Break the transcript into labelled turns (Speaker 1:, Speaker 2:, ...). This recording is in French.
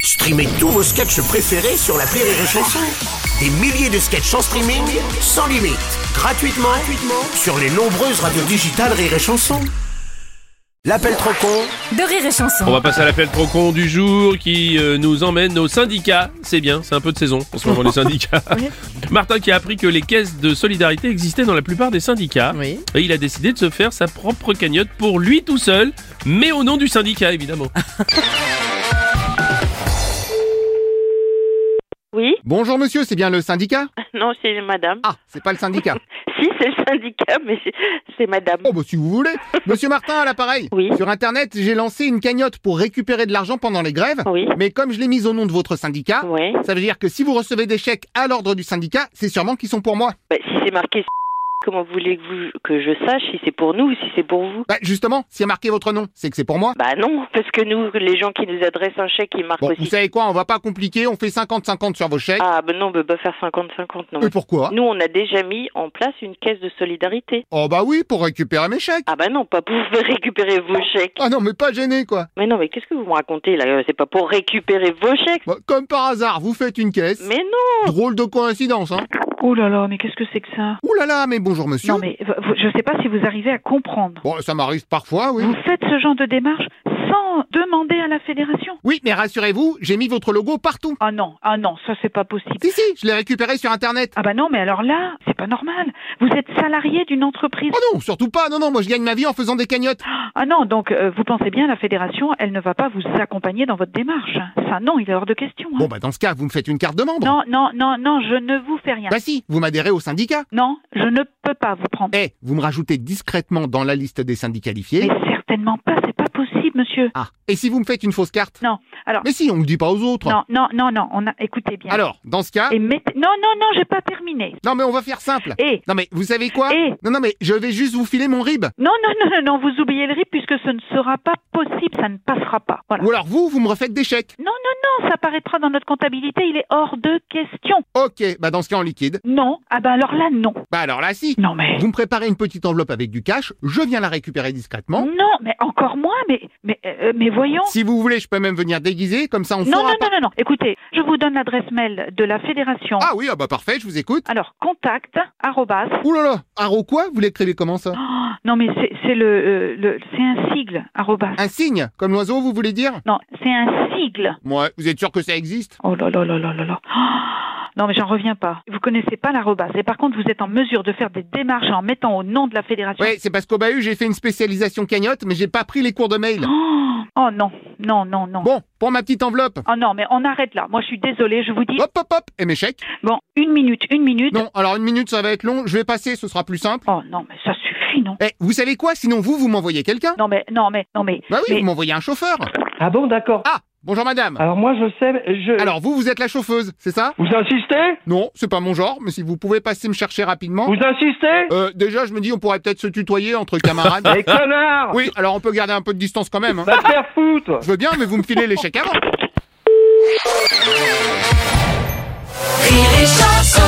Speaker 1: Streamez tous vos sketchs préférés sur la Rire et Chanson. Des milliers de sketchs en streaming, sans limite, gratuitement, gratuitement sur les nombreuses radios digitales Rire et Chanson. L'appel trop con
Speaker 2: de rire et chanson.
Speaker 3: On va passer à l'appel trop con du jour qui euh, nous emmène au syndicat. C'est bien, c'est un peu de saison en ce moment les syndicats. Martin qui a appris que les caisses de solidarité existaient dans la plupart des syndicats.
Speaker 4: Oui.
Speaker 3: Et il a décidé de se faire sa propre cagnotte pour lui tout seul, mais au nom du syndicat évidemment.
Speaker 5: Oui,
Speaker 6: Bonjour monsieur, c'est bien le syndicat
Speaker 5: non, c'est madame.
Speaker 6: Ah, c'est pas le syndicat.
Speaker 5: Si, c'est le syndicat, mais c'est- c'est madame.
Speaker 6: Oh bah si vous voulez. Monsieur Martin à l'appareil.
Speaker 5: Oui.
Speaker 6: Sur internet, j'ai lancé une cagnotte pour récupérer de l'argent pendant les grèves.
Speaker 5: Oui.
Speaker 6: Mais comme je l'ai mise au nom de votre syndicat,
Speaker 5: Oui,
Speaker 6: ça veut dire que si vous recevez des chèques à l'ordre du syndicat, c'est sûrement qu'ils sont pour moi.
Speaker 5: bah, si c'est marqué, comment voulez-vous que je sache si c'est pour nous ou si c'est pour vous
Speaker 6: Bah justement, s'il y a marqué votre nom, c'est que c'est pour moi.
Speaker 5: Bah non, parce que nous, les gens qui nous adressent un chèque, ils marquent
Speaker 6: Bon, vous
Speaker 5: aussi.
Speaker 6: savez quoi, on va pas compliquer, on fait 50-50 sur vos chèques.
Speaker 5: Ah bah non, on peut pas faire 50-50, non.
Speaker 6: Et pourquoi
Speaker 5: Nous, on a déjà mis en place une caisse de solidarité.
Speaker 6: Oh bah oui, pour récupérer mes chèques.
Speaker 5: Ah bah non, pas pour récupérer vos chèques.
Speaker 6: Ah non, mais pas gêné quoi.
Speaker 5: Mais non, mais qu'est-ce que vous me racontez là C'est pas pour récupérer vos chèques.
Speaker 6: Bah, comme par hasard, vous faites une caisse.
Speaker 5: Mais non
Speaker 6: Drôle de coïncidence, hein.
Speaker 7: Oh là là, mais qu'est-ce que c'est que ça
Speaker 6: Ouh là là, mais bonjour monsieur.
Speaker 7: Non mais v- vous- je ne sais pas si vous arrivez à comprendre.
Speaker 6: Bon, ça m'arrive parfois, oui.
Speaker 7: Vous faites ce genre de démarche sans demander à la fédération
Speaker 6: Oui, mais rassurez-vous, j'ai mis votre logo partout.
Speaker 7: Ah non, ah non, ça c'est pas possible.
Speaker 6: Si, si, je l'ai récupéré sur Internet.
Speaker 7: Ah bah non, mais alors là, c'est pas normal. Vous êtes salarié d'une entreprise.
Speaker 6: Oh non, surtout pas, non, non, moi je gagne ma vie en faisant des cagnottes.
Speaker 7: Ah non, donc euh, vous pensez bien la fédération, elle ne va pas vous accompagner dans votre démarche. Ça non, il est hors de question. hein.
Speaker 6: Bon, bah dans ce cas, vous me faites une carte de membre.
Speaker 7: Non, non, non, non, je ne vous fais rien.
Speaker 6: Bah si, vous m'adhérez au syndicat.
Speaker 7: Non, je ne peux pas vous prendre.
Speaker 6: Eh, vous me rajoutez discrètement dans la liste des syndicats qualifiés.
Speaker 7: Mais certainement pas, c'est pas possible, monsieur.
Speaker 6: Ah, et si vous me faites une fausse carte
Speaker 7: Non, alors
Speaker 6: Mais si, on ne le dit pas aux autres.
Speaker 7: non, non, non, non, on a écoutez bien.
Speaker 6: Alors, dans ce cas...
Speaker 7: Et mettez... Non, non, non, j'ai pas terminé.
Speaker 6: Non, mais on va faire simple.
Speaker 7: Et
Speaker 6: Non, mais vous savez quoi
Speaker 7: Et-
Speaker 6: Non, non, mais je vais juste vous filer mon rib.
Speaker 7: non, non, non, non, non, vous oubliez le RIP puisque ce ne sera pas possible, ça ne passera pas. Voilà.
Speaker 6: Ou alors vous, vous me refaites des chèques.
Speaker 7: Non, non, non, ça paraîtra dans notre comptabilité, il est hors de question.
Speaker 6: Ok, bah dans ce cas en liquide.
Speaker 7: Non, ah ben alors là, non.
Speaker 6: Bah alors là, si.
Speaker 7: Non, mais.
Speaker 6: Vous me préparez une petite enveloppe avec du cash, je viens la récupérer discrètement.
Speaker 7: Non, mais encore moins, mais, mais, euh, mais voyons.
Speaker 6: Si vous voulez, je peux même venir déguisé, comme ça on
Speaker 7: Non,
Speaker 6: saura
Speaker 7: non,
Speaker 6: pas.
Speaker 7: non, non, non. Écoutez, je vous donne l'adresse mail de la fédération.
Speaker 6: Ah oui, ah bah parfait, je vous écoute.
Speaker 7: Alors, contact, arrobas.
Speaker 6: Ouh là là, haro quoi Vous l'écrivez comment ça
Speaker 7: Oh. Non, mais c'est c'est le, euh, le c'est un sigle, arrobas.
Speaker 6: Un signe Comme l'oiseau, vous voulez dire
Speaker 7: Non, c'est un sigle.
Speaker 6: Moi, vous êtes sûr que ça existe
Speaker 7: Oh là là là là là là. Ah Non mais j'en reviens pas. Vous connaissez pas l'arrobas et par contre vous êtes en mesure de faire des démarches en mettant au nom de la fédération.
Speaker 6: Ouais, c'est parce qu'au bahut, j'ai fait une spécialisation cagnotte, mais j'ai pas pris les cours de mail.
Speaker 7: Oh, oh non, non, non, non.
Speaker 6: Bon, pour ma petite enveloppe.
Speaker 7: Oh non mais on arrête là. Moi je suis désolée, je vous dis.
Speaker 6: Hop, hop, hop Et mes chèques
Speaker 7: Bon, une minute, une minute.
Speaker 6: Non, alors une minute, ça va être long, je vais passer, ce sera plus simple.
Speaker 7: Oh non mais ça suffit non.
Speaker 6: Eh, vous savez quoi Sinon vous, vous m'envoyez quelqu'un
Speaker 7: Non mais non mais non mais.
Speaker 6: Bah oui,
Speaker 7: mais-
Speaker 6: vous m'envoyez un chauffeur
Speaker 8: Ah bon, d'accord.
Speaker 6: Ah, bonjour madame
Speaker 8: Alors moi, je sais, je...
Speaker 7: Euh.
Speaker 6: Alors vous, vous êtes la chauffeuse, c'est ça
Speaker 8: Vous insistez
Speaker 6: Non, c'est pas mon genre, mais si vous pouvez passer me chercher rapidement...
Speaker 8: Vous insistez
Speaker 6: Euh, déjà, je me dis, on pourrait peut-être se tutoyer entre camarades.
Speaker 8: Les connards
Speaker 6: Euh, Oui, alors on peut garder un peu de distance quand même. hein.
Speaker 8: Va te faire foutre
Speaker 6: Je veux bien, mais vous me filez les chèques avant.
Speaker 2: Rire et chanson.